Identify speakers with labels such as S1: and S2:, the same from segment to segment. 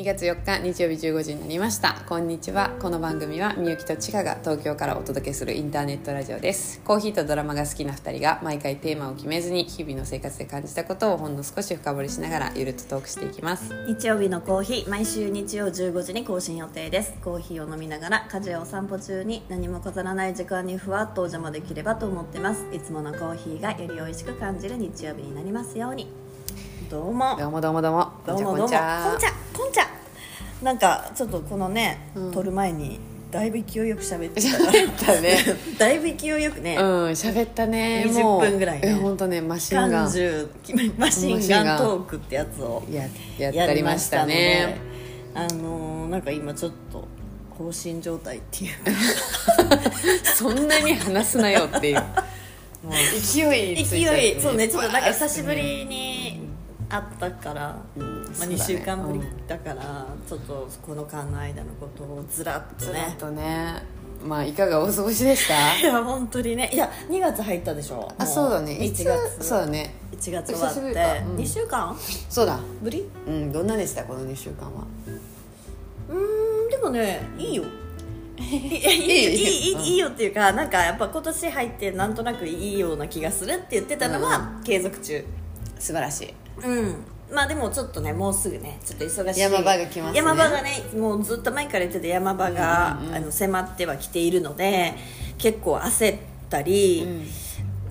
S1: 月4日日曜日15時になりましたこんにちはこの番組はみゆきとちかが東京からお届けするインターネットラジオですコーヒーとドラマが好きな2人が毎回テーマを決めずに日々の生活で感じたことをほんの少し深掘りしながらゆるっとトークしていきます
S2: 日曜日のコーヒー毎週日曜15時に更新予定ですコーヒーを飲みながら家事やお散歩中に何も飾らない時間にふわっとお邪魔できればと思ってますいつものコーヒーがより美味しく感じる日曜日になりますようにどうも
S1: どうもどうもどうも
S2: どうも
S1: こ
S2: ど
S1: ん
S2: うもこ
S1: に
S2: ん
S1: ち
S2: ちゃ
S1: は
S2: こんちゃなんかちょっとこのね、
S1: うん
S2: 撮る前にだいぶ勢いよく喋ってたから
S1: 喋ったね
S2: だいぶ勢いよくね、
S1: うん喋ったね
S2: 20
S1: もう
S2: 分ぐらいね
S1: えほんとねマシンガン
S2: 30マシンガントークってやつを
S1: ややったりましたね
S2: やりましたのであのーなんか今ちょっと放心状態っていうか
S1: そんなに話すなよっていう もう 勢いついちゃって
S2: 勢いそうねちょっとなんか久しぶりに会ったから、
S1: うん
S2: ま
S1: そ
S2: あ、
S1: うだね
S2: 2週間ぶりだから、ちょっとこの間の間のことをずらっと
S1: ずらっ
S2: ね
S1: とねまあいかがお過ごしでした
S2: いや本当にねいや2月入ったでしょ
S1: あそうだね
S2: 1
S1: 一
S2: 月
S1: そうだね
S2: 1月終わっ
S1: 久しぶり
S2: て
S1: かうん
S2: 2週間
S1: そうだ
S2: ぶり
S1: うんどんなでしたこの2週間は
S2: うーんでもねいいよ いいいいいい
S1: うん
S2: いいよっていうかなんかやっぱ今年入ってなんとなくいいような気がするって言ってたの
S1: う
S2: は継続中
S1: 素晴らしい
S2: うんまあでもちょっとねもうすぐねちょっと忙しい
S1: 山場が来ますね
S2: 山場がねもうずっと前から言ってた山場が、あの迫ってはきているので結構焦ったり、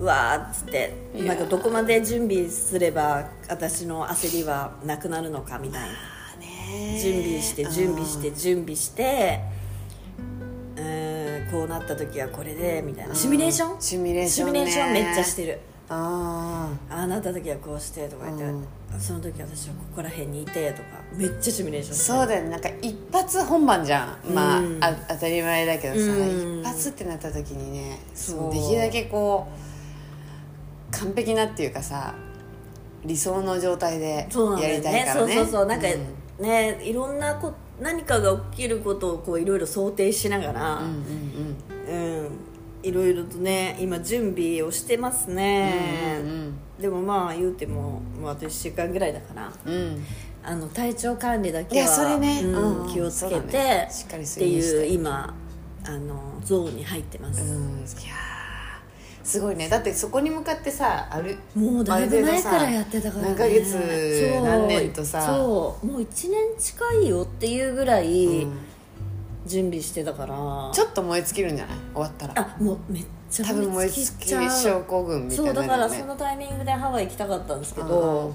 S2: うわーっつって
S1: いやー
S2: なんかどこまで準備すれば私の焦りはなくなるのかみたいな準備して準備して準備してうーんこうなった時はこれでみたいなシミュレーション
S1: シミュレーション
S2: シミ
S1: ね
S2: ュレーションめっちゃしてる
S1: ああ
S2: ああなった時はこうしてとか言って、その時私はここら辺にいてとかめっちゃシミュレーションしてる
S1: そうだよねなんか一発本番じゃんまあ,、
S2: うん
S1: あ当たり前だけどさ、
S2: うん
S1: 一発ってなった時にねそう
S2: そう
S1: できるだけこう完璧なっていうかさ理想の状態でや
S2: そうなんだ
S1: り
S2: よ
S1: たい
S2: ね
S1: から
S2: そう
S1: ね
S2: そうそうなんか、
S1: うん
S2: ねいろんなこ何かが起きることをこういろいろ想定しながら
S1: うんうん
S2: うんいろいろとね今準備をしてますね、
S1: うんうん
S2: でもまあ言うても、まあ、あと1週間ぐらいだから
S1: うんうん
S2: あの体調管理だ
S1: い
S2: けは
S1: やそれね、
S2: うん
S1: うん
S2: 気をつ
S1: そ
S2: け
S1: う
S2: て、
S1: だねしっかり
S2: っ
S1: する
S2: て
S1: ようにして
S2: いう今あのゾーンに入ってます、
S1: うんいやーすごいねだってそこに向かってさある
S2: もうだいぶ前からやってたから、ね、
S1: 何ヶ月
S2: そう
S1: 何年とさ
S2: そうもう1年近いよっていうぐらい
S1: うん
S2: 準備してたから、
S1: ちょっと燃え尽きるんじゃない終わったら
S2: あもうめっちゃ
S1: 多分燃え尽きる症候群みたい
S2: そう
S1: な
S2: だ
S1: の
S2: か
S1: よ
S2: ら
S1: ね
S2: そのタイミングでハワイ行きたかったんですけど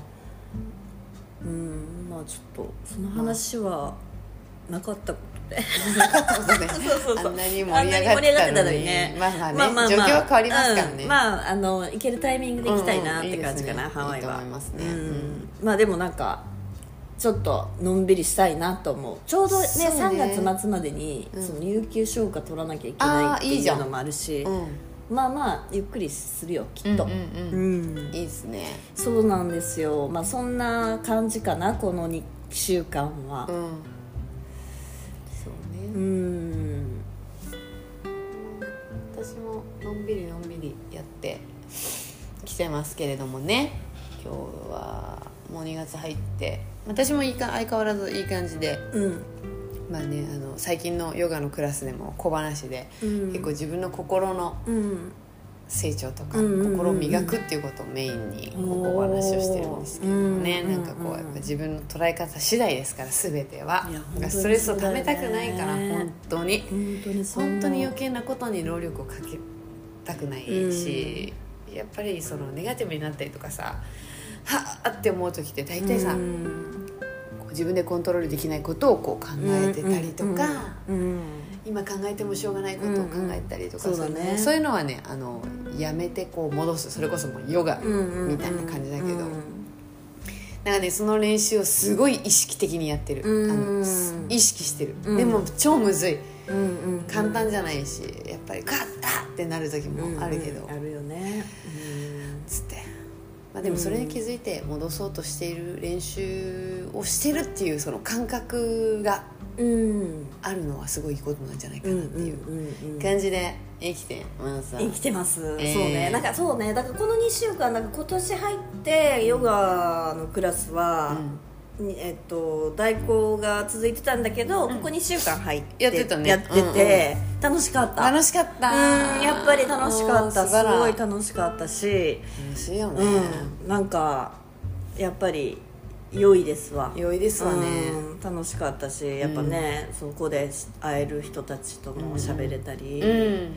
S2: うんまあちょっとその話はなかったことでそうそうそう
S1: あんなに盛り上がってたのに
S2: あんなに盛り上がってたのにね
S1: まあまあね状況は変わりますからね
S2: うんまああの行けるタイミングで行きたいなっ
S1: うんうんい
S2: て
S1: いです
S2: 感
S1: ね
S2: じかな、ハワイは
S1: と思いますね
S2: うん
S1: うん
S2: まあでもなんかちょっとのんびりしたいなと思うちょうどね
S1: そうね
S2: 3月末までに、その有給消化取らなきゃいけ
S1: あ
S2: ない
S1: ー
S2: って
S1: いい
S2: い
S1: じゃ
S2: うんのもあるし
S1: うん
S2: まあまあゆっくりするよきっと、
S1: うんうん
S2: うん
S1: いいですね
S2: そうなんですよまあそんな感じかなこの2週間は
S1: うんそう
S2: う
S1: ね
S2: ん
S1: 私ものんびりのんびりやってきてますけれどもね今日はもう2月入って私もいいか相変わらずいい感じで
S2: うん
S1: まあねあの最近のヨガのクラスでも小話で、
S2: うん
S1: 結構自分の心の
S2: うん
S1: 成長とか、
S2: うんうんうんうん
S1: 心を磨くっていうことをメインにお話をしてるんですけどね、
S2: お
S1: な
S2: ー
S1: んかこう
S2: うんうん
S1: や
S2: う
S1: っ
S2: ん
S1: ぱ自分の捉え方次第ですから全てはいなん
S2: や
S1: か
S2: 本当に
S1: ストレスをためたくないから、
S2: そうだよね
S1: 本当に
S2: 本当にそう思う
S1: 本当に余計なことに労力をかけたくないし、やっぱりそのネガティブになったりとかさはあって思う時って大体さ、
S2: うん
S1: こう自分でコントロールできないことをこう考えてたりとか。
S2: うんうん
S1: 今考えてもしょうがないことを考えたりとか、
S2: うんうんそうだね
S1: そのそういうのはねあのやめてこう戻すそれこそもうヨガ
S2: うんうんうん
S1: みたいな感じだけど、
S2: うん
S1: なんかねその練習をすごい意識的にやってる、
S2: うん
S1: あのす意識してる、
S2: うん
S1: でも超むずい
S2: うんうん
S1: 簡単じゃないしやっぱりガッタッってなる時もあるけど、
S2: うんうんあるよね
S1: つって、まあ、でもそれに気づいて戻そうとしている練習をしてるっていうその感覚が
S2: うんうん
S1: あるのはすごいいいことなんじゃないか
S2: うんう
S1: なんっていう
S2: うんうん
S1: 感じで生きてます、
S2: 生きてます、
S1: えー
S2: そうねなんかそうねだからこの2週間なんか今年入ってヨガのクラスは、
S1: うん
S2: にえっと、代行が続いてたんだけど、ここ2週間入って
S1: やってたね
S2: やってて楽しかった
S1: 楽しかった
S2: うんやっぱり楽しかった
S1: うん素
S2: す
S1: 晴ら
S2: ごい楽しかったし、
S1: 楽しいよね、
S2: うん、なんかやっぱり良いですわ
S1: 良いですわね
S2: うん楽しかったしやっぱね、そこで会える人たちとも喋れたり、
S1: うん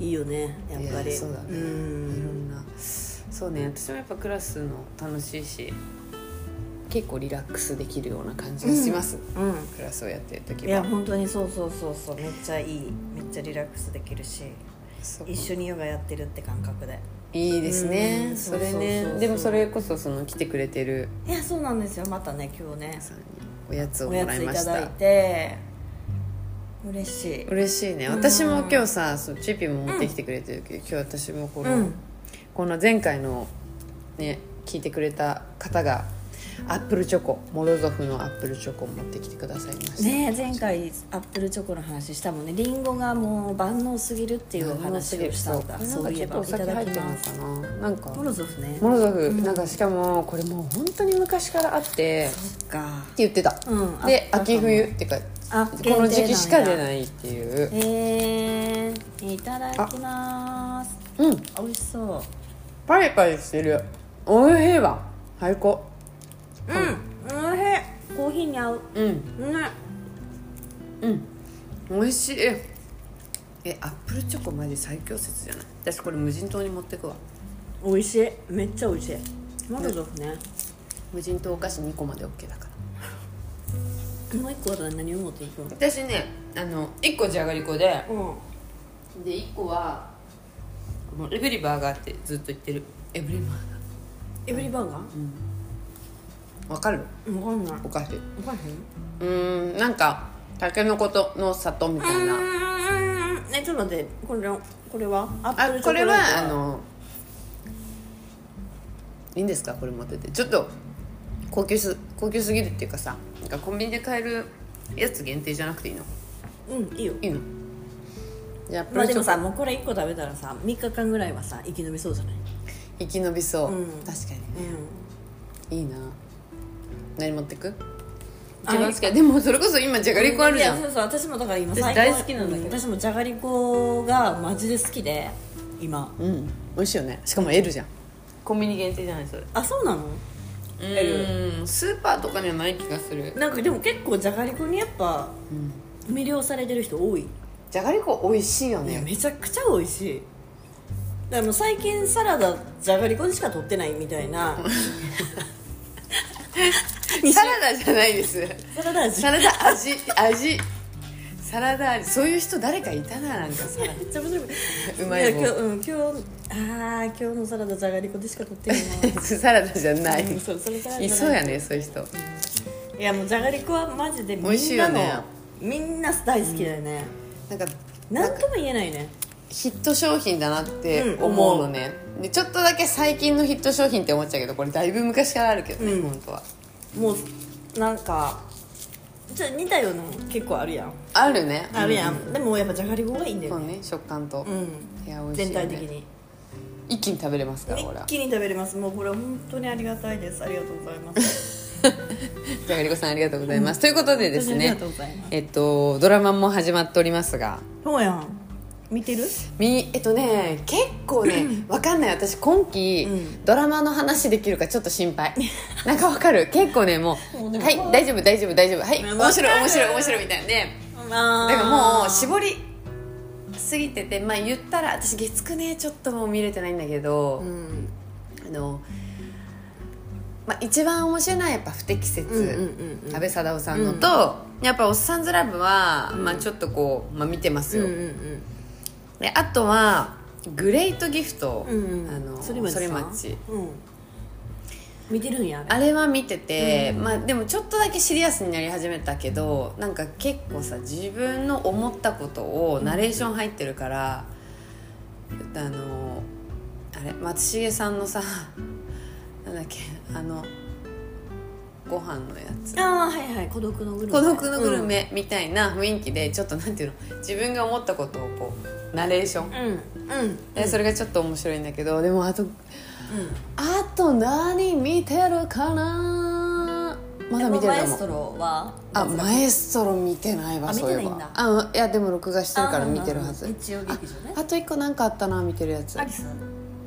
S2: いいよねやっぱ
S1: い
S2: り
S1: やそうだね、い
S2: ん
S1: ろんなそうね私もやっぱクラスの楽しいし結構リラックスできるような感じがします、
S2: うん
S1: クラスをやってる時
S2: いや
S1: は
S2: 本当にそうそうそうそうめっちゃいいめっちゃリラックスできるし
S1: そう
S2: 一緒にヨガやってるって感覚で
S1: いいですね、
S2: うん
S1: それ
S2: そう
S1: ね
S2: そうそう
S1: でもそれこそその来てくれてる
S2: いやそうなんですよまたね今日ね
S1: 皆さんにおやつを
S2: お
S1: も
S2: や
S1: らい
S2: つい
S1: ました
S2: だい
S1: た
S2: て嬉しい
S1: 嬉しいね
S2: うん
S1: 私も今日さそうチュピも持ってきてくれてるけど、今日私もこの、
S2: うん
S1: この前回のね聞いてくれた方がアップルチョコモロゾフのアップルチョコを持ってきてくださいました
S2: ね前回アップルチョコの話したもんねリンゴがもう万能すぎるっていうお話をしたんだ
S1: そう
S2: そうい
S1: ちょ
S2: え
S1: っと
S2: ば
S1: お
S2: いた
S1: 酒
S2: だ
S1: 入っ
S2: き
S1: てるの
S2: ます
S1: かななんか
S2: モロゾフね
S1: モロゾフ、なんかしかもこれもう本当に昔からあってって
S2: そっか
S1: 言ってた、
S2: うんあ
S1: で
S2: ったかも
S1: 秋冬っていうか
S2: あ
S1: この時期しか出
S2: い
S1: ないっていう
S2: えー、いただきます
S1: うん
S2: 美味しそう
S1: パリパリしてるおいしいわ最高
S2: うん、おいしいコーヒーに合う
S1: うん
S2: ね
S1: おいしいえアップルチョコマジ最強説じゃない私これ無人島に持ってくわ
S2: 美味しいめっちゃ美味しいモルドフね
S1: 無人島お菓子2個まで OK だから
S2: もう一個は何を持っていくの
S1: 私ねあの1個じゃがりこで
S2: うん
S1: で1個はこのエブリバーガーってずっと言ってるエブリバーガ
S2: エブリバーガ
S1: ーわかる
S2: ーわかんないわ
S1: お菓子う
S2: かんない
S1: ーんなんかたけのことの里みたいな
S2: えちょっと待ってこれこれはアップ
S1: あ
S2: ルチ
S1: こ
S2: ョコレ
S1: れ
S2: ート
S1: はあのいいんですかこれ持っててちょっと高級す高級すぎるっていうかさなんかコンビニで買えるやつ限定じゃなくていいの
S2: うんいいよ
S1: いいのじゃあアップ
S2: まあ
S1: ル
S2: で
S1: チ
S2: も
S1: ョ
S2: さ
S1: コ
S2: もうこれ一個食べたらさ三日間ぐらいはさ生き延びそうじゃない
S1: 生き延びそう、
S2: うん
S1: 確かに
S2: う
S1: いいな何持ってく一番好きでもそれこそ今じゃがりこあるじゃ
S2: い
S1: ん
S2: やそうそう私もだから今
S1: 私
S2: 最
S1: 大好きなんだけど
S2: 私もじゃがりこがマジで好きで今
S1: うん美味しいよねしかも L じゃんコンビニ限定じゃないそれ
S2: あそうなの
S1: うんスーパーとかにはない気がする
S2: なんかでも結構じゃがりこにやっぱ魅了されてる人多い,、
S1: じゃがりこ美味しいよ
S2: いや
S1: ね
S2: めちゃくちゃ美味しいだからもう最近サラダじゃがりこにしか取ってないみたいな
S1: サラダじゃないです
S2: サラダ味
S1: サラダ味味サラダ味そういう人誰かいたななんかさ
S2: めっちゃ面白い。
S1: うまい棒
S2: や今日、うん、今日、ああ、今日のサラダじゃがりこでしか取ってないな
S1: サラダじゃない
S2: うんそうそれから
S1: いそうやねそういう人
S2: いや、もうじゃがりこはマジでみんなの。
S1: 美味しいよね
S2: みんな大好きだよね。
S1: なんか
S2: なんとも言えないね。
S1: ヒット商品だなって思うのね、でちょっとだけ最近のヒット商品って思っちゃうけどこれだいぶ昔からあるけどね、
S2: うん
S1: 本当は
S2: もう、なんか。じゃあ似たようなの結構あるやん
S1: あるね
S2: あるやん、
S1: う
S2: でもやっぱじゃがりこがいいんだ
S1: そ
S2: よ
S1: う
S2: ね
S1: ね食感と、
S2: うん
S1: いや美味しい
S2: 全
S1: よね、
S2: 体的に
S1: 一気に食べれますから俺は
S2: 一気に食べれますもうこれは本当にありがたいですありがとうございます
S1: じゃがりこさんありがとうございます、ということ でです
S2: 本当に
S1: ね
S2: ありがとうございます
S1: えっとドラマも始まっておりますが
S2: そうやん見てる
S1: みえっとね結構ねわかんない私今期、
S2: うん
S1: ドラマの話できるかちょっと心配なんかわかる結構ねもう
S2: もうでも
S1: はい大丈夫大丈夫大丈夫はい
S2: わかる
S1: 面白い面白い面白いみたいなね
S2: あ
S1: だからもう絞りすぎててまあ言ったら私月9ねちょっともう見れてないんだけど、
S2: うん
S1: あの、まあ、一番面白いのはやっぱ不適切、
S2: うんうんうん
S1: 安倍貞夫さんのと、やっぱ「おっさんずラブは」まあ、ちょっとこう、まあ、見てますよ、
S2: うんうん
S1: であとは「グレートギフト」
S2: うんうん
S1: あの
S2: 反町さん
S1: 町
S2: うん見てるんやあ
S1: あれは見てて、まあでもちょっとだけシリアスになり始めたけどなんか結構さ自分の思ったことをナレーション入ってるから、あのあれ松重さんのさ なんだっけあのご飯のやつ
S2: あーはいはい孤独のグルメ
S1: 孤独のグルメみたいな雰囲気でちょっとなんていうの自分が思ったことをこうナレーション、
S2: うんうん
S1: でそれがちょっと面白いんだけどでもあとあと何見てるかなまだ見てる
S2: え
S1: か
S2: マエスト
S1: も
S2: ロは
S1: あマエストロ見てないわ
S2: あ
S1: そういえ
S2: 見てないん
S1: ば
S2: だ
S1: あうんいやでも録画してるから見てるは
S2: あな
S1: ず
S2: るほど日曜劇場ね
S1: あと一個なんかあったな見てるやつ
S2: アリス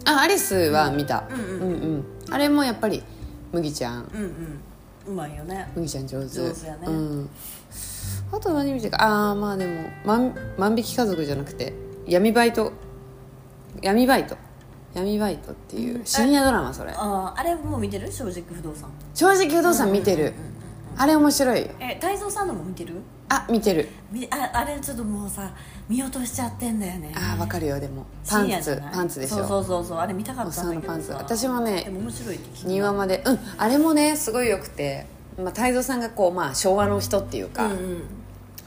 S1: あアリスは見た、
S2: うん
S1: うんうんあれもやっぱり麦ちゃん
S2: うんうんうまいよね
S1: 麦ちゃん上手
S2: 上手やね
S1: うん、あと何見てるかああまあでも万万引き家族じゃなくて闇バイト闇バイト闇バイトっていう深夜ドラマそれ
S2: あーあれもう見てる正直不動産
S1: 正直不動産見てる、あれ面白いよ
S2: え太蔵さんのも見てる
S1: あ見てる
S2: みああれちょっともうさ見落としちゃってんだよね
S1: あーわかるよでもパ
S2: 深夜
S1: ン
S2: じゃ
S1: ツ
S2: ない
S1: パンツでしょ
S2: そうそうそうそうあれ見たかったんだけど
S1: おっさ
S2: さ
S1: んのパンツ私もね
S2: でも面白いって聞いた
S1: 2話までうんあれもねすごいよくて、まあ、太蔵さんがこう、まあ、昭和の人っていうか、
S2: うんうん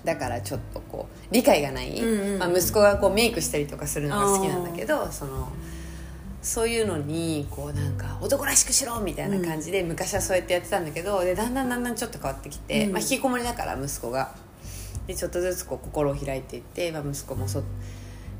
S1: だからちょっとこう理解がない、
S2: うんうん
S1: まあ、息子がこうメイクしたりとかするのが好きなんだけどそのそういうのにこうなんか男らしくしろみたいな感じで昔はそうやってやってたんだけどでだんだんだんだんちょっと変わってきて、
S2: うん
S1: まあ、引きこもりだから息子がでちょっとずつこう心を開いていって、まあ、息子もそ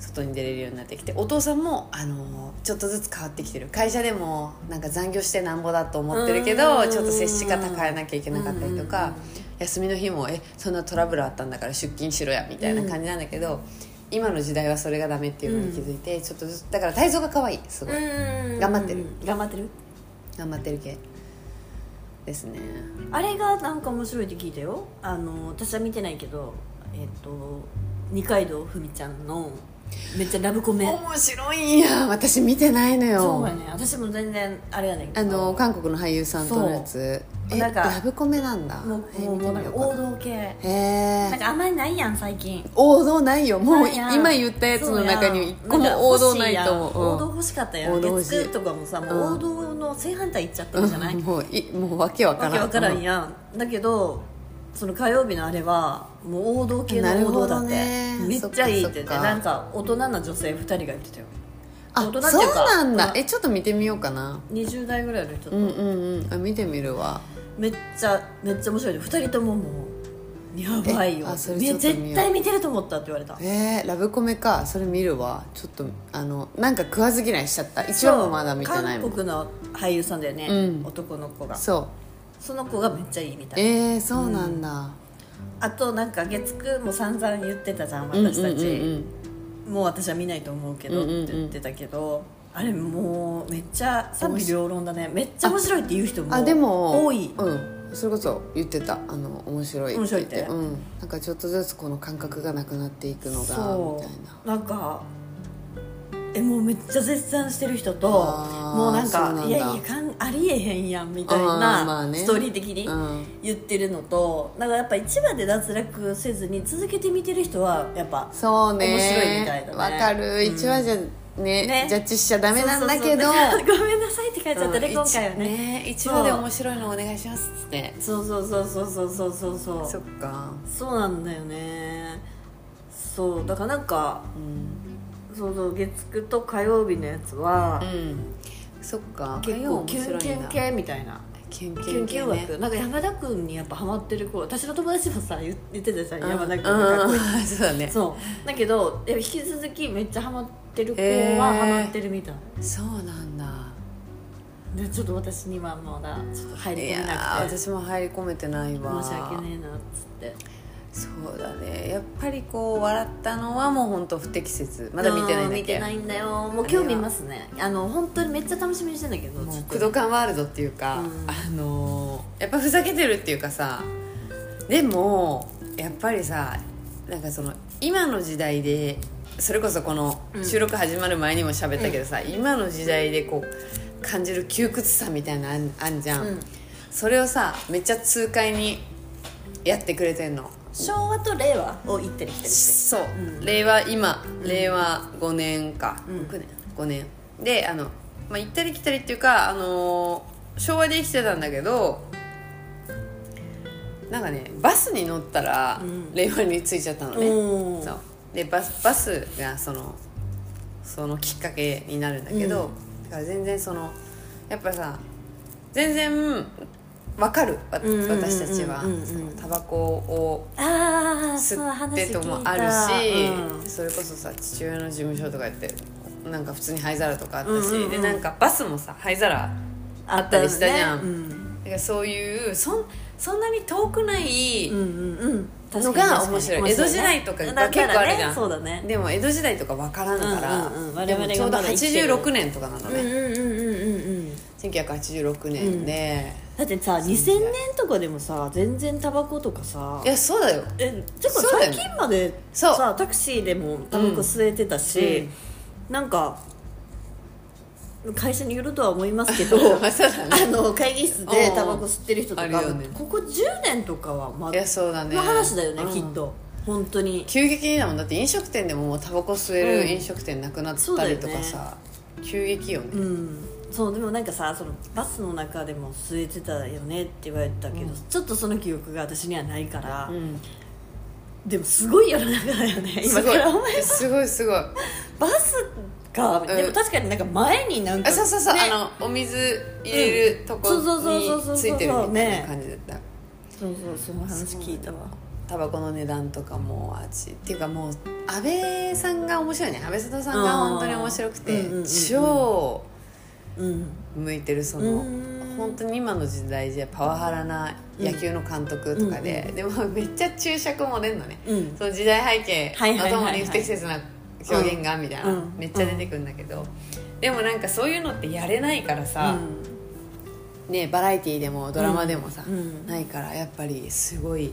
S1: 外に出れるようになってきてお父さんも、あのちょっとずつ変わってきてる会社でもなんか残業してなんぼだと思ってるけど
S2: うん
S1: ちょっと接し方変えなきゃいけなかったりと
S2: う
S1: か
S2: ん。
S1: 休みの日も「えそんなトラブルあったんだから出勤しろや」みたいな感じなんだけど、今の時代はそれがダメっていうのに気づいて、ちょっとずつだから体操が可愛いすごい、
S2: うん
S1: 頑張ってる
S2: 頑張ってる
S1: 頑張ってる系ですね
S2: あれがなんか面白いって聞いたよあの私は見てないけどえっ、と二階堂ふみちゃんのめっちゃラブコメ
S1: 面白いんや私見てないの
S2: そう
S1: よ
S2: やね私も全然あれやねんけ
S1: あ
S2: ど
S1: の韓国の俳優さんとのやつ
S2: そう
S1: え
S2: なんか
S1: ラブコメなんだ
S2: もう
S1: え
S2: もう
S1: 見て
S2: も
S1: み
S2: うなん
S1: よ
S2: か
S1: う
S2: 王
S1: かな
S2: 道系
S1: へ
S2: なん
S1: え
S2: かあんまりないやん最近
S1: 王道ないよもう
S2: ないやん
S1: 今言ったやつの中に一個
S2: そうやん
S1: も王道ないと思
S2: なんか欲しいやん
S1: う
S2: 王道欲しかったや
S1: 王
S2: ん
S1: 道欲しい
S2: 月9とかもさもう王道の正反対いっちゃって
S1: うん
S2: るじゃない、
S1: うんもういもうわけわか
S2: わけ
S1: らん
S2: わからんやんだけどその火曜日のあれはもう王道系の王道だって、
S1: なるほどね
S2: めっちゃいいって言って
S1: そっかそっか
S2: なんか大人な女性2人が言ってたよ
S1: あ
S2: 大
S1: そう
S2: 人っていうか
S1: なんだ
S2: まあ
S1: えちょっと見てみようかな
S2: 20代ぐらいの人と、
S1: うんうんうんあ見てみるわ
S2: めっちゃめっちゃ面白い2人とももうやばいよ
S1: えあそれ
S2: め
S1: ちょっと見よう
S2: 絶対見てると思ったって言われた
S1: えー、ラブコメかそれ見るわちょっとあのなんか食わず嫌いしちゃった一話もまだ見てないもん
S2: 韓国の俳優さんだよね、
S1: うん
S2: 男の子が
S1: そう
S2: その子がめっちゃいいみたいな
S1: えー、そうなんだ、
S2: あとなんか月9も散々言ってたじゃん私たち、
S1: うんうんうん
S2: もう私は見ないと思うけど
S1: うんうんうん
S2: って言ってたけど、あれもうめっちゃ賛否両論だねめっちゃ面白いって言う人
S1: うん
S2: も
S1: あでも
S2: 多い、
S1: うんそれこそ言ってたあの面白い
S2: 面白い
S1: っ
S2: って
S1: 言っ
S2: て
S1: てうん、なんかちょっとずつこの感覚がなくなっていくのがみ
S2: そ
S1: たいう
S2: なんかえもうめっちゃ絶賛してる人と
S1: あー
S2: もうなん
S1: そうな
S2: か
S1: んだ
S2: いやいやかんありえへんやんみたい
S1: あーまあ
S2: な
S1: ね
S2: ストーリー的に
S1: なうん
S2: 言ってるのと、だからやっぱ一話で脱落せずに続けて見てる人はやっぱ
S1: そうね
S2: 面白いみたいだね
S1: わかる一話じゃね,、
S2: ね
S1: ジャッジしちゃダメなんだけど
S2: そうそうそう ごめんなさいって書いちゃったね、
S1: うん
S2: 今回はね
S1: 一話で面白いのお願いしますっつって
S2: そうそうそうそうそうそうそうそう
S1: そっか
S2: そうなんだよねそうだからなんか
S1: うん、
S2: そうそう月9と火曜日のやつは、
S1: そっか
S2: 結構キュンキュン
S1: キュン
S2: 系みたいな
S1: キュン
S2: キュンキュン
S1: ね
S2: 枠なんか山田君にやっぱハマってる子私の友達もさ言言ってたじゃん、山田君
S1: うん
S2: がかっこいい、
S1: うんそうだね
S2: そうだけどやっぱ引き続きめっちゃハマってる子
S1: へー
S2: はハマってるみたい、
S1: そうなんだ
S2: でちょっと私にはまだちょっと入り
S1: い
S2: 込
S1: や
S2: めな
S1: ー
S2: くて申し
S1: 私も入り込めてないわ
S2: 訳ねえなっつって
S1: そうだねやっぱりこう笑ったのはもう本当不適切まだ見てないんだ
S2: う
S1: け
S2: 見てないんだよもう今日見ますねあの本当にめっちゃ楽しみにしてんだけど
S1: も
S2: ちょ
S1: う
S2: っ
S1: 工
S2: と
S1: 藤館ワールドっていうか、
S2: うん
S1: あのーやっぱふざけてるっていうかさでもやっぱりさなんかその今の時代でそれこそこの
S2: うん
S1: 収録始まる前にも喋ったけどさ、今の時代でこう感じる窮屈さみたいなのあんあんじゃん、
S2: うん
S1: それをさめっちゃ痛快にやってくれてんの
S2: 昭和と令和を行ったり来たりして
S1: そう、
S2: うん
S1: 令和今令和5年か、
S2: うん
S1: 6年5年であの、まあ、行ったり来たりっていうか、あのー昭和で生きてたんだけどなんかねバスに乗ったら、
S2: うん
S1: 令和に着いちゃったのね、
S2: おー
S1: そうでバスバスがそのそのきっかけになるんだけど、だから全然そのやっぱさ全然わかるわ
S2: うんうんうんうんうん
S1: 私たちは
S2: うんうん
S1: そのタバコを
S2: ああそう
S1: 吸っ
S2: 話
S1: て
S2: 聞い
S1: と
S2: た
S1: もあるし、
S2: うん
S1: それこそさ父親の事務所とかやってなんか普通に灰皿とかあったし、
S2: うんうんうん
S1: でなんかバスもさ灰皿
S2: あ
S1: ったりしたじゃん
S2: ったねうん
S1: だからそういうそんそんなに遠くない、
S2: うんうんうん
S1: のが面白い江戸時代とかが結構あるじゃん
S2: そうだね
S1: でも江戸時代とかわからんから、
S2: うんうんうん
S1: でもちょうど
S2: 我々がまだ生きてる
S1: 86年とかなの
S2: うんう
S1: ね、
S2: んうんうんうんうん
S1: 1986年で、
S2: だってさ2000年とかでもさ全然タバコとかさ
S1: いやそうだよ
S2: えてか
S1: そうだよね
S2: 最近まで
S1: そう
S2: さタクシーでもタバコ吸えてたし、なんか会社によるとは思いま すけど
S1: そう
S2: あ
S1: だね
S2: の会議室でタバコ吸ってる人とか、
S1: うんあるよね
S2: ここ10年とかはま
S1: いやそうだね
S2: の話だよね、
S1: うん
S2: きっと本当に
S1: 急激にだもんだって飲食店でももうタバコ吸え
S2: う
S1: る
S2: ん
S1: 飲食店なくなったりとかさ、急激よね、
S2: うんそうでもなんかさそのバスの中でも吸えてたよねって言われてたけど、
S1: うん
S2: ちょっとその記憶が私にはないから、
S1: うん
S2: でもすごい世の中だよね今から思えば
S1: すごいすごい
S2: バスか、
S1: うん
S2: でも確かになんか前になんか
S1: あそうそうそう、
S2: ね
S1: あのお水入れるとこ
S2: うんそうそうそうそうそう
S1: についてるみたいな感じだった
S2: そうそうその話聞いたわ
S1: タバコの値段とかもあっちっていうかもう安倍さんが面白いね安倍佐藤さんが本当に面白くて、
S2: うんうんうんうん
S1: 超
S2: うん
S1: 向いてるその
S2: うん
S1: 本当に今の時代じゃパワハラな野球の監督とかで、でもめっちゃ注釈も出んのね
S2: うん
S1: その時代背
S2: はい
S1: 景
S2: は
S1: の
S2: いはいはい
S1: ともに不適切な表現がみたいな、
S2: うん
S1: めっちゃ出てくるんだけど、でもなんかそういうのってやれないからさ、ね、バラエティーでもドラマでもさ、
S2: うんうん
S1: ないからやっぱりすごい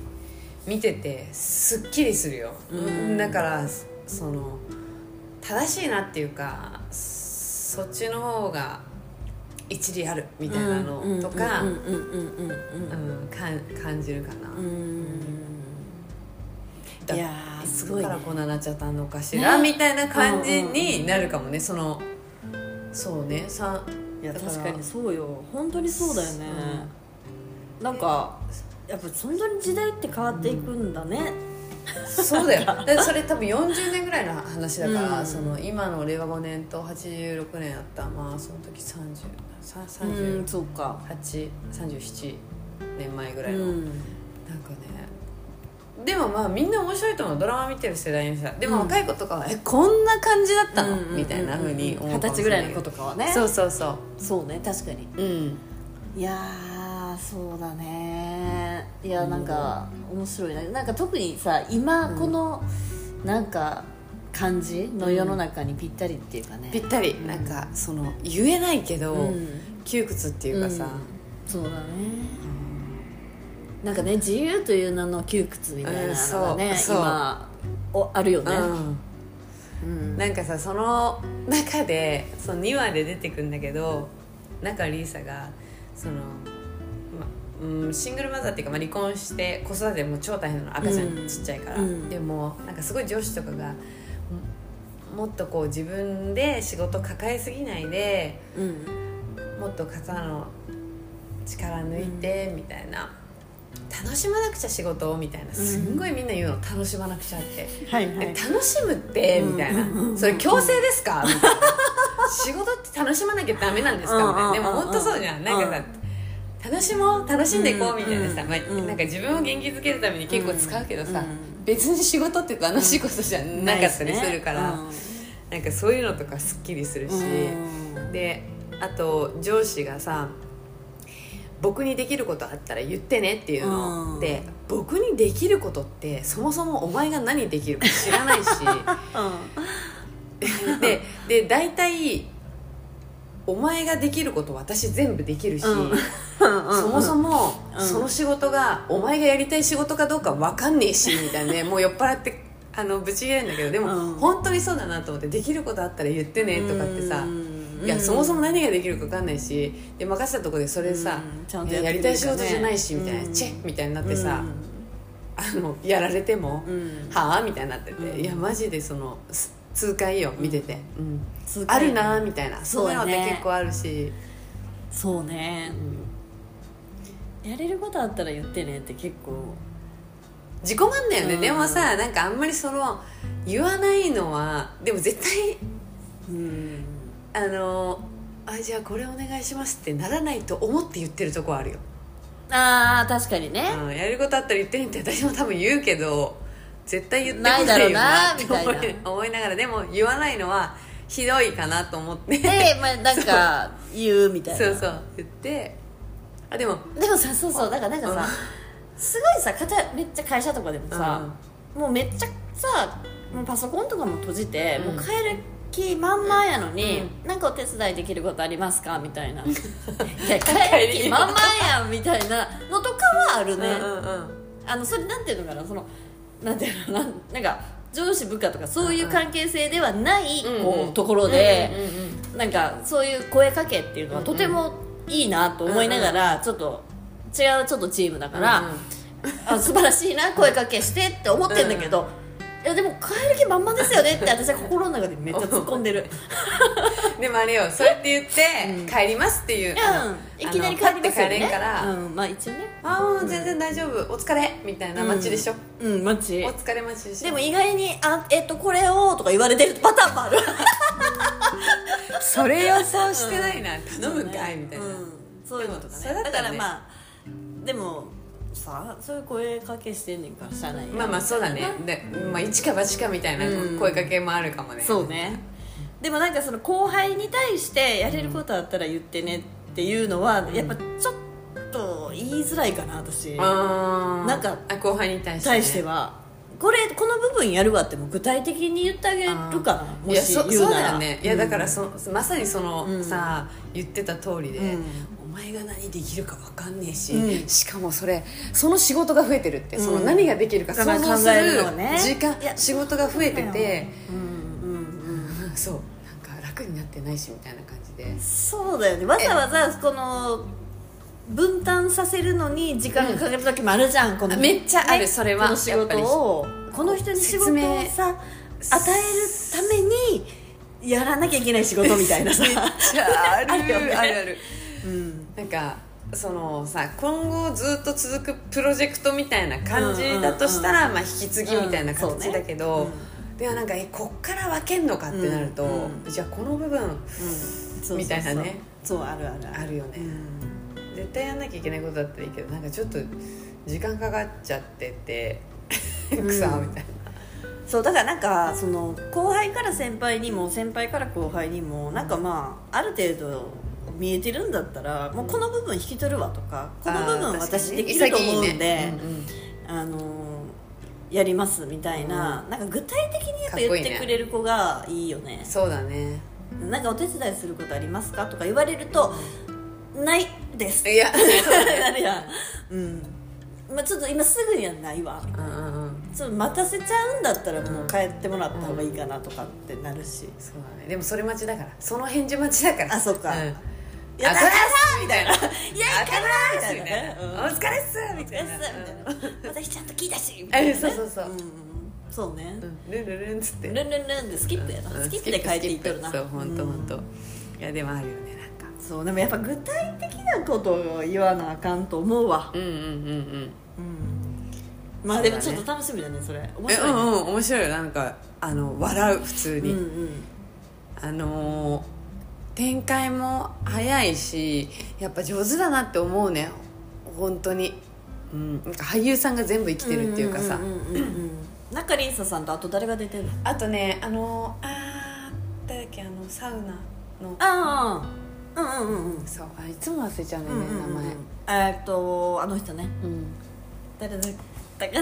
S1: 見ててすっきりするよ、
S2: うん
S1: だからその正しいなっていうかそっちの方が一理あるみたいなのとか、
S2: う
S1: うんん
S2: うんうんうんうん
S1: かん感じるかな、
S2: うん
S1: だ
S2: いやーすごい
S1: だ
S2: ね
S1: からこんななっちゃったのかしら、みたいな感じになるかもねそのそうねさ
S2: いや
S1: だら
S2: 確かにそうよ本当にそうだよね、なんかやっぱ本当に時代って変わっていくんだね、
S1: そう だよだってそれ多分40年ぐらいの話だから、
S2: うん
S1: その今の令和5年と86年あったまあその時
S2: うん、
S1: 303837
S2: そうか
S1: 年前ぐ
S2: う
S1: らいの、なんか
S2: ん
S1: ねでもまあみんな面白いと思うドラマ見てる世代にさでも
S2: うん
S1: 若い子とかは「えこんな感じだったの?
S2: うんうんうんうん
S1: みたいなふうに思
S2: 二
S1: うかも
S2: 十歳
S1: し
S2: ぐ
S1: れ
S2: ら
S1: ない
S2: いの子とかはね
S1: そうそうそ
S2: そうね確かに
S1: ううん
S2: いやーそうだねいやなんか面白いななんか特にさ今
S1: うん
S2: このなんか感じの世の中にぴったりっていうかね、
S1: ぴったりなんかその言えないけど、
S2: うん
S1: 窮屈っていうかさ、
S2: うんそうだねなんかね自由という名の窮屈みたいなのがね、
S1: うんそう
S2: 今おあるよね、
S1: うん
S2: うん
S1: なんかさその中でその2話で出てくんだけど中里依紗がその、まうん、シングルマザーっていうか、まあ、離婚して子育ても超大変なの赤ちゃん、
S2: うん
S1: ちっちゃいから、
S2: うん
S1: でもなんかすごい上司とかがももっとこう自分で仕事抱えすぎないで
S2: うん
S1: もっと肩の力抜いて、みたいな楽しまなくちゃ仕事をみたいなすんごいみんな言うの楽しまなくちゃって。
S2: はい
S1: え楽しむって、
S2: うん
S1: みたいな、
S2: うんうんうん
S1: それ強制ですかみたいな仕事って楽しまなきゃダメなんですかみたいなで
S2: うんうんうん
S1: も本当そうじゃんなんかさ楽しもう楽しんでいこうみたいなさ、
S2: うん
S1: まあ
S2: うん
S1: なんか自分を元気づけるために結構使うけどさ、
S2: うん
S1: 別に仕事って楽しいことじゃなかったりするから、
S2: ないし
S1: なんかそういうのとかすっきりするし、
S2: ねうん
S1: であと上司がさ僕にできることあったら言ってねっていうの、
S2: うん
S1: で僕にできることってそもそもお前が何できるか知ら ないしでで大体お前ができること私全部できるし、
S2: うんうんうん
S1: そもそも
S2: うん
S1: その仕事がお前がやりたい仕事かどうか分かんねえしみたいなねもう酔っ払ってあのぶち切れるんだけどでも、
S2: うん
S1: 本当にそうだなと思ってできることあったら言ってねとかってさ、
S2: うん
S1: いやそもそも何ができるか分かんないしで任せたとこでそれさ、
S2: うんちゃんと
S1: いや
S2: や
S1: や
S2: って
S1: り
S2: くれ
S1: たい
S2: るか
S1: 仕事
S2: ね
S1: じゃないしみたいな、
S2: うん
S1: チェッみたいになってさ、
S2: うん
S1: あのやられても、
S2: うん
S1: はあみたいになってて、
S2: うん
S1: いやマジでそのす痛快よ見てて、うん
S2: 痛快
S1: あるなみたいな
S2: そ
S1: そうういうの
S2: だ
S1: っ
S2: ね
S1: て結構あるし、
S2: そうね
S1: うん
S2: やれることあったら言ってねって結構
S1: 自己満だよね、
S2: うん
S1: でもさなんかあんまりその言わないのはでも絶対
S2: うん
S1: あのあじゃあこれお願いしますってならないと思って言ってるとこあるよ、
S2: あー確かにね
S1: うん、やることあったら言ってねって私も多分言うけど絶対言って
S2: ないだろ
S1: よ
S2: うな
S1: って思
S2: みたい な
S1: 思いながらでも言わないのはひどいかなと思って
S2: で、まあ、なんか言うみたいな
S1: そうそう言ってあでも
S2: でもさそうそうだからなんかさ、すごいさかためっちゃ会社とかでもさ、もうめっちゃさもうパソコンとかも閉じて、
S1: うん
S2: もう帰る気満々やのに、なんかお手伝いできることありますかみ たいないや帰る気満々やんみたいなのとかはある
S1: うん
S2: ね、
S1: うんうん
S2: あのそれなんていうのかなそのなんていうのなんなんか上司部下とかそういう関係性ではない、
S1: うん
S2: こうところで、
S1: うんうんうん
S2: なんかそういう声かけっていうのはとてもいいなと思いながら、ちょっと違うちょっとチームだから、
S1: うんうん
S2: あ素晴らしいな声かけしてって思ってんだけど、いやでも帰る気満々ですよねって私は心の中でめっちゃ突っ込 んでる
S1: でもあれよそうやって言って、
S2: うん
S1: 帰りますっていう、あの
S2: うんいきなり帰りますよ
S1: あのパッて帰れ
S2: ね
S1: んから、
S2: うん、まあ一応ね
S1: ああもう全然大丈夫お疲れみたいな街でしょ、
S2: うんマジ
S1: お疲れ街でしょ
S2: でも意外に「あえっとこれを」とか言われてるパターンもある
S1: それ予想してないな、頼むんかい、みたいな、
S2: うん、そういうのとか
S1: でもそれ
S2: ね
S1: だった
S2: からら
S1: ね
S2: まあでもさそういう声かけしてんねんからしゃあないよ
S1: まあまあそうだねで、まあ、一か八かみたいな
S2: うん
S1: 声かけもあるかもね、
S2: そうねでもなんかその後輩に対してやれることあったら言ってねっていうのはやっぱちょっと言いづらいかな私
S1: あー
S2: なんか
S1: あ後輩に対して,、
S2: 対してはこれこの部分やるわっても具体的に言ってあげるかなも
S1: いや
S2: し
S1: そ
S2: 言
S1: そうう
S2: な
S1: だ
S2: ら
S1: よねいやだからそ、まさにその、
S2: うん
S1: さ言ってた通りで、
S2: うん
S1: お前が何できるか分かんねえし、
S2: うん
S1: しかもそれその仕事が増えてるって、
S2: うん
S1: その何ができるか想
S2: だから
S1: 像
S2: 考
S1: する
S2: えるのね
S1: 時間、
S2: いや
S1: 仕事が増えて
S2: そうだよ
S1: て
S2: うんうんうん
S1: うんそうなんか楽になってないしみたいな感じで
S2: そうだよねわざわざこの分担させるのに時間がかかる時もあるじゃん、この
S1: めっちゃある
S2: ね
S1: それは
S2: この仕
S1: やっぱり
S2: 事をこの人に仕事をさ与えるためにやらなきゃいけない仕事みたいなさ、
S1: ある
S2: あるよね
S1: あるある
S2: うん、
S1: なんかそのさ今後ずっと続くプロジェクトみたいな感じだとしたら、まあ、引き継ぎみたいな
S2: うんそう
S1: 形
S2: ね
S1: だけど、ではなんかえこっから分けんのかってなると、
S2: うん
S1: じゃあこの部分
S2: うん
S1: みたいなね
S2: そうそうそうそうあるある
S1: あるよね絶対やんなきゃいけないことだったらいいけどなんかちょっと時間かかっちゃってて
S2: ん
S1: 草みたい
S2: うんそうだからなんかその後輩から先輩にも先輩から後輩にもなんかまあある程度見えてるんだったらもうこの部分引き取るわとかこ
S1: な、
S2: の部分
S1: あー確かに
S2: 私
S1: ね
S2: できると思うんで
S1: 潔いねうんうん
S2: あのーやりますみたいな、なんか具体的にやっぱ言っ
S1: かっこいい
S2: て
S1: ね
S2: くれる子がいいよね
S1: そうだね
S2: なんかお手伝いすることありますかとか言われるとないです
S1: いや
S2: なるやんうんまあ、ちょっと今すぐにはないわ
S1: うんうんうん
S2: ちょっと待たせちゃうんだったらもう帰ってもらった方がいいかなとかってなるし、
S1: そうだねでもそれ待ちだからその返事待ちだから
S2: あそっ
S1: ん、
S2: かや
S1: あ
S2: った
S1: そ
S2: ー
S1: らみたいな
S2: 「いや
S1: あ
S2: 行かな!」み
S1: た
S2: た
S1: らみ
S2: いな
S1: たい
S2: ね
S1: な
S2: うん
S1: お疲れっすみたいな
S2: お疲れっすみたいな私ちゃんと聞いたしみたいな
S1: え
S2: ね
S1: そうそうそう
S2: うんうんうんそうね、
S1: うんルンルンルンっつって
S2: ルンルンルンでスキップやな、
S1: うん
S2: スキップで帰っていっとるな
S1: スキップそう本当
S2: うん
S1: 本当。いやでもあるよねなんか
S2: そうでもやっぱ具体的なことを言わなあかんと思うわ、
S1: うんうんうん
S2: うん、まあでもちょっと楽しみだねそれ面
S1: えう
S2: 白い、ね、
S1: んうん面白いよなんかあの笑う普通に、
S2: うんうん
S1: あのー展開も早いしやっぱ上手だなって思うね本当にうんなんか俳優さんが全部生きてるっていうかさ、
S2: んんうんうん中里依紗さんとあと誰が出てるの
S1: あとねあのーあー誰だっけあのサウナの
S2: ああうんうんうんうん
S1: そうあいつも忘れちゃうんだ
S2: う
S1: よ
S2: ん
S1: ね、
S2: うんうん
S1: 名前
S2: えーっとあの人ね
S1: うん
S2: 誰だったかな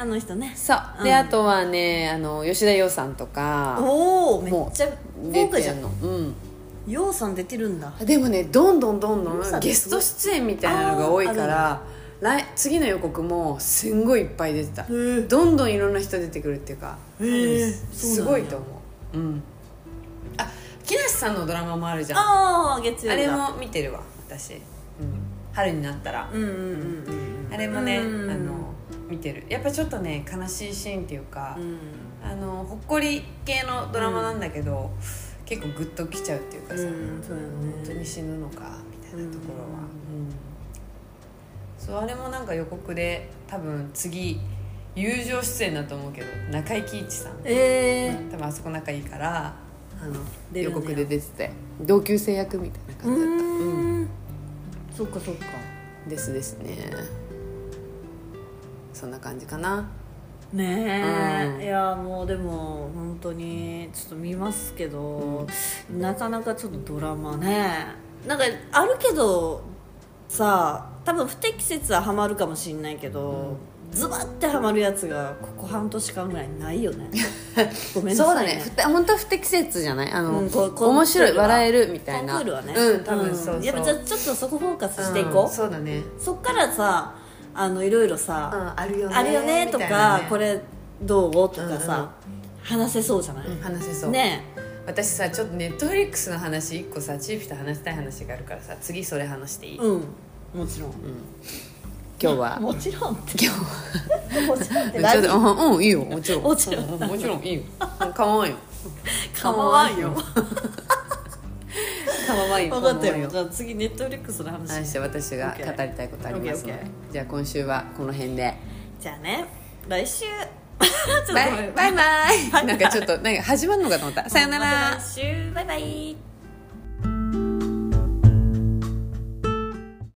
S2: あの人ね
S1: そうで、
S2: うん
S1: あとはねあの吉田羊さんとか
S2: おおめっちゃ
S1: 出
S2: 豪華
S1: て
S2: じゃん
S1: るの、うん、
S2: ようさん出てるんだ
S1: でもねどんどんどんど
S2: うん
S1: んゲスト出演みたいなのが多いから来次の予告もすんごいいっぱい出てた
S2: え
S1: どんどんいろんな人出てくるっていうか
S2: へえ
S1: すごいと思ううんあ木梨さんのドラマもあるじゃんあ
S2: ああ月曜だ
S1: れも見てるわ私、うん、春になったら、
S2: うんうんうんうん
S1: あれもね、
S2: うん
S1: あの見てるやっぱちょっとね悲しいシーンっていうか、
S2: うん
S1: あのほっこり系のドラマなんだけど、結構グッときちゃうっていうかさ、
S2: うんそうよ
S1: 本当
S2: ね
S1: に死ぬのかみたいなところは、うんそうあれもなんか予告で多分次友情出演だと思うけど中井貴一さん
S2: ええ
S1: 多分あそこ仲いいからあの
S2: 出
S1: 予
S2: るんだよ
S1: 告で出てて同級生役みたいな感じだったうん
S2: んそっかそっか
S1: ですですねそんな感じかな
S2: ねえ、
S1: うん
S2: いやもうでも本当にちょっと見ますけど、なかなかちょっとドラマねなんかあるけどさあ多分不適切はハマるかもしれないけど、ズバッてハマるやつがここ半年間ぐらいない よねごめんな
S1: そうだ
S2: さい
S1: ねふた本当は不適切じゃないあの、
S2: うんここ
S1: 面白い
S2: この
S1: 笑えるみたいな
S2: コンクールはね、
S1: うん多分そうそう、
S2: やっぱじゃあちょっとそこフォーカスしてい
S1: うん
S2: こう、
S1: そうだね、
S2: そっからさあのいろいろ
S1: う
S2: さ、
S1: ん、あるよね
S2: あるよねと
S1: みたいな
S2: か、
S1: ね
S2: これどうとかさ、話せそうじゃない、
S1: うん話せそう、
S2: ね
S1: 私さちょっとネットフリックスの話一個さチーフと話したい話があるからさ次それ話していい、
S2: うんもちろん
S1: 今日は
S2: もちろんって
S1: 今日は
S2: もちろんっ
S1: ち
S2: て
S1: ょっ
S2: 何
S1: とうんうんいいよもちろん
S2: もちろん
S1: うもちろんいい よかわいいよ
S2: 構わんよ
S1: かわいい
S2: 分かったよじゃあ次ネットフリックスの話、
S1: 話して私が語りたいことありますので
S2: OK
S1: じゃあ今週はこの辺で
S2: じゃあね来週 ちょっとご
S1: バ
S2: め
S1: イ
S2: ん
S1: バイバイ
S2: バイバイ
S1: なんかちょっとなんか始まるのかと思ったさよなら
S2: また来週バイバイ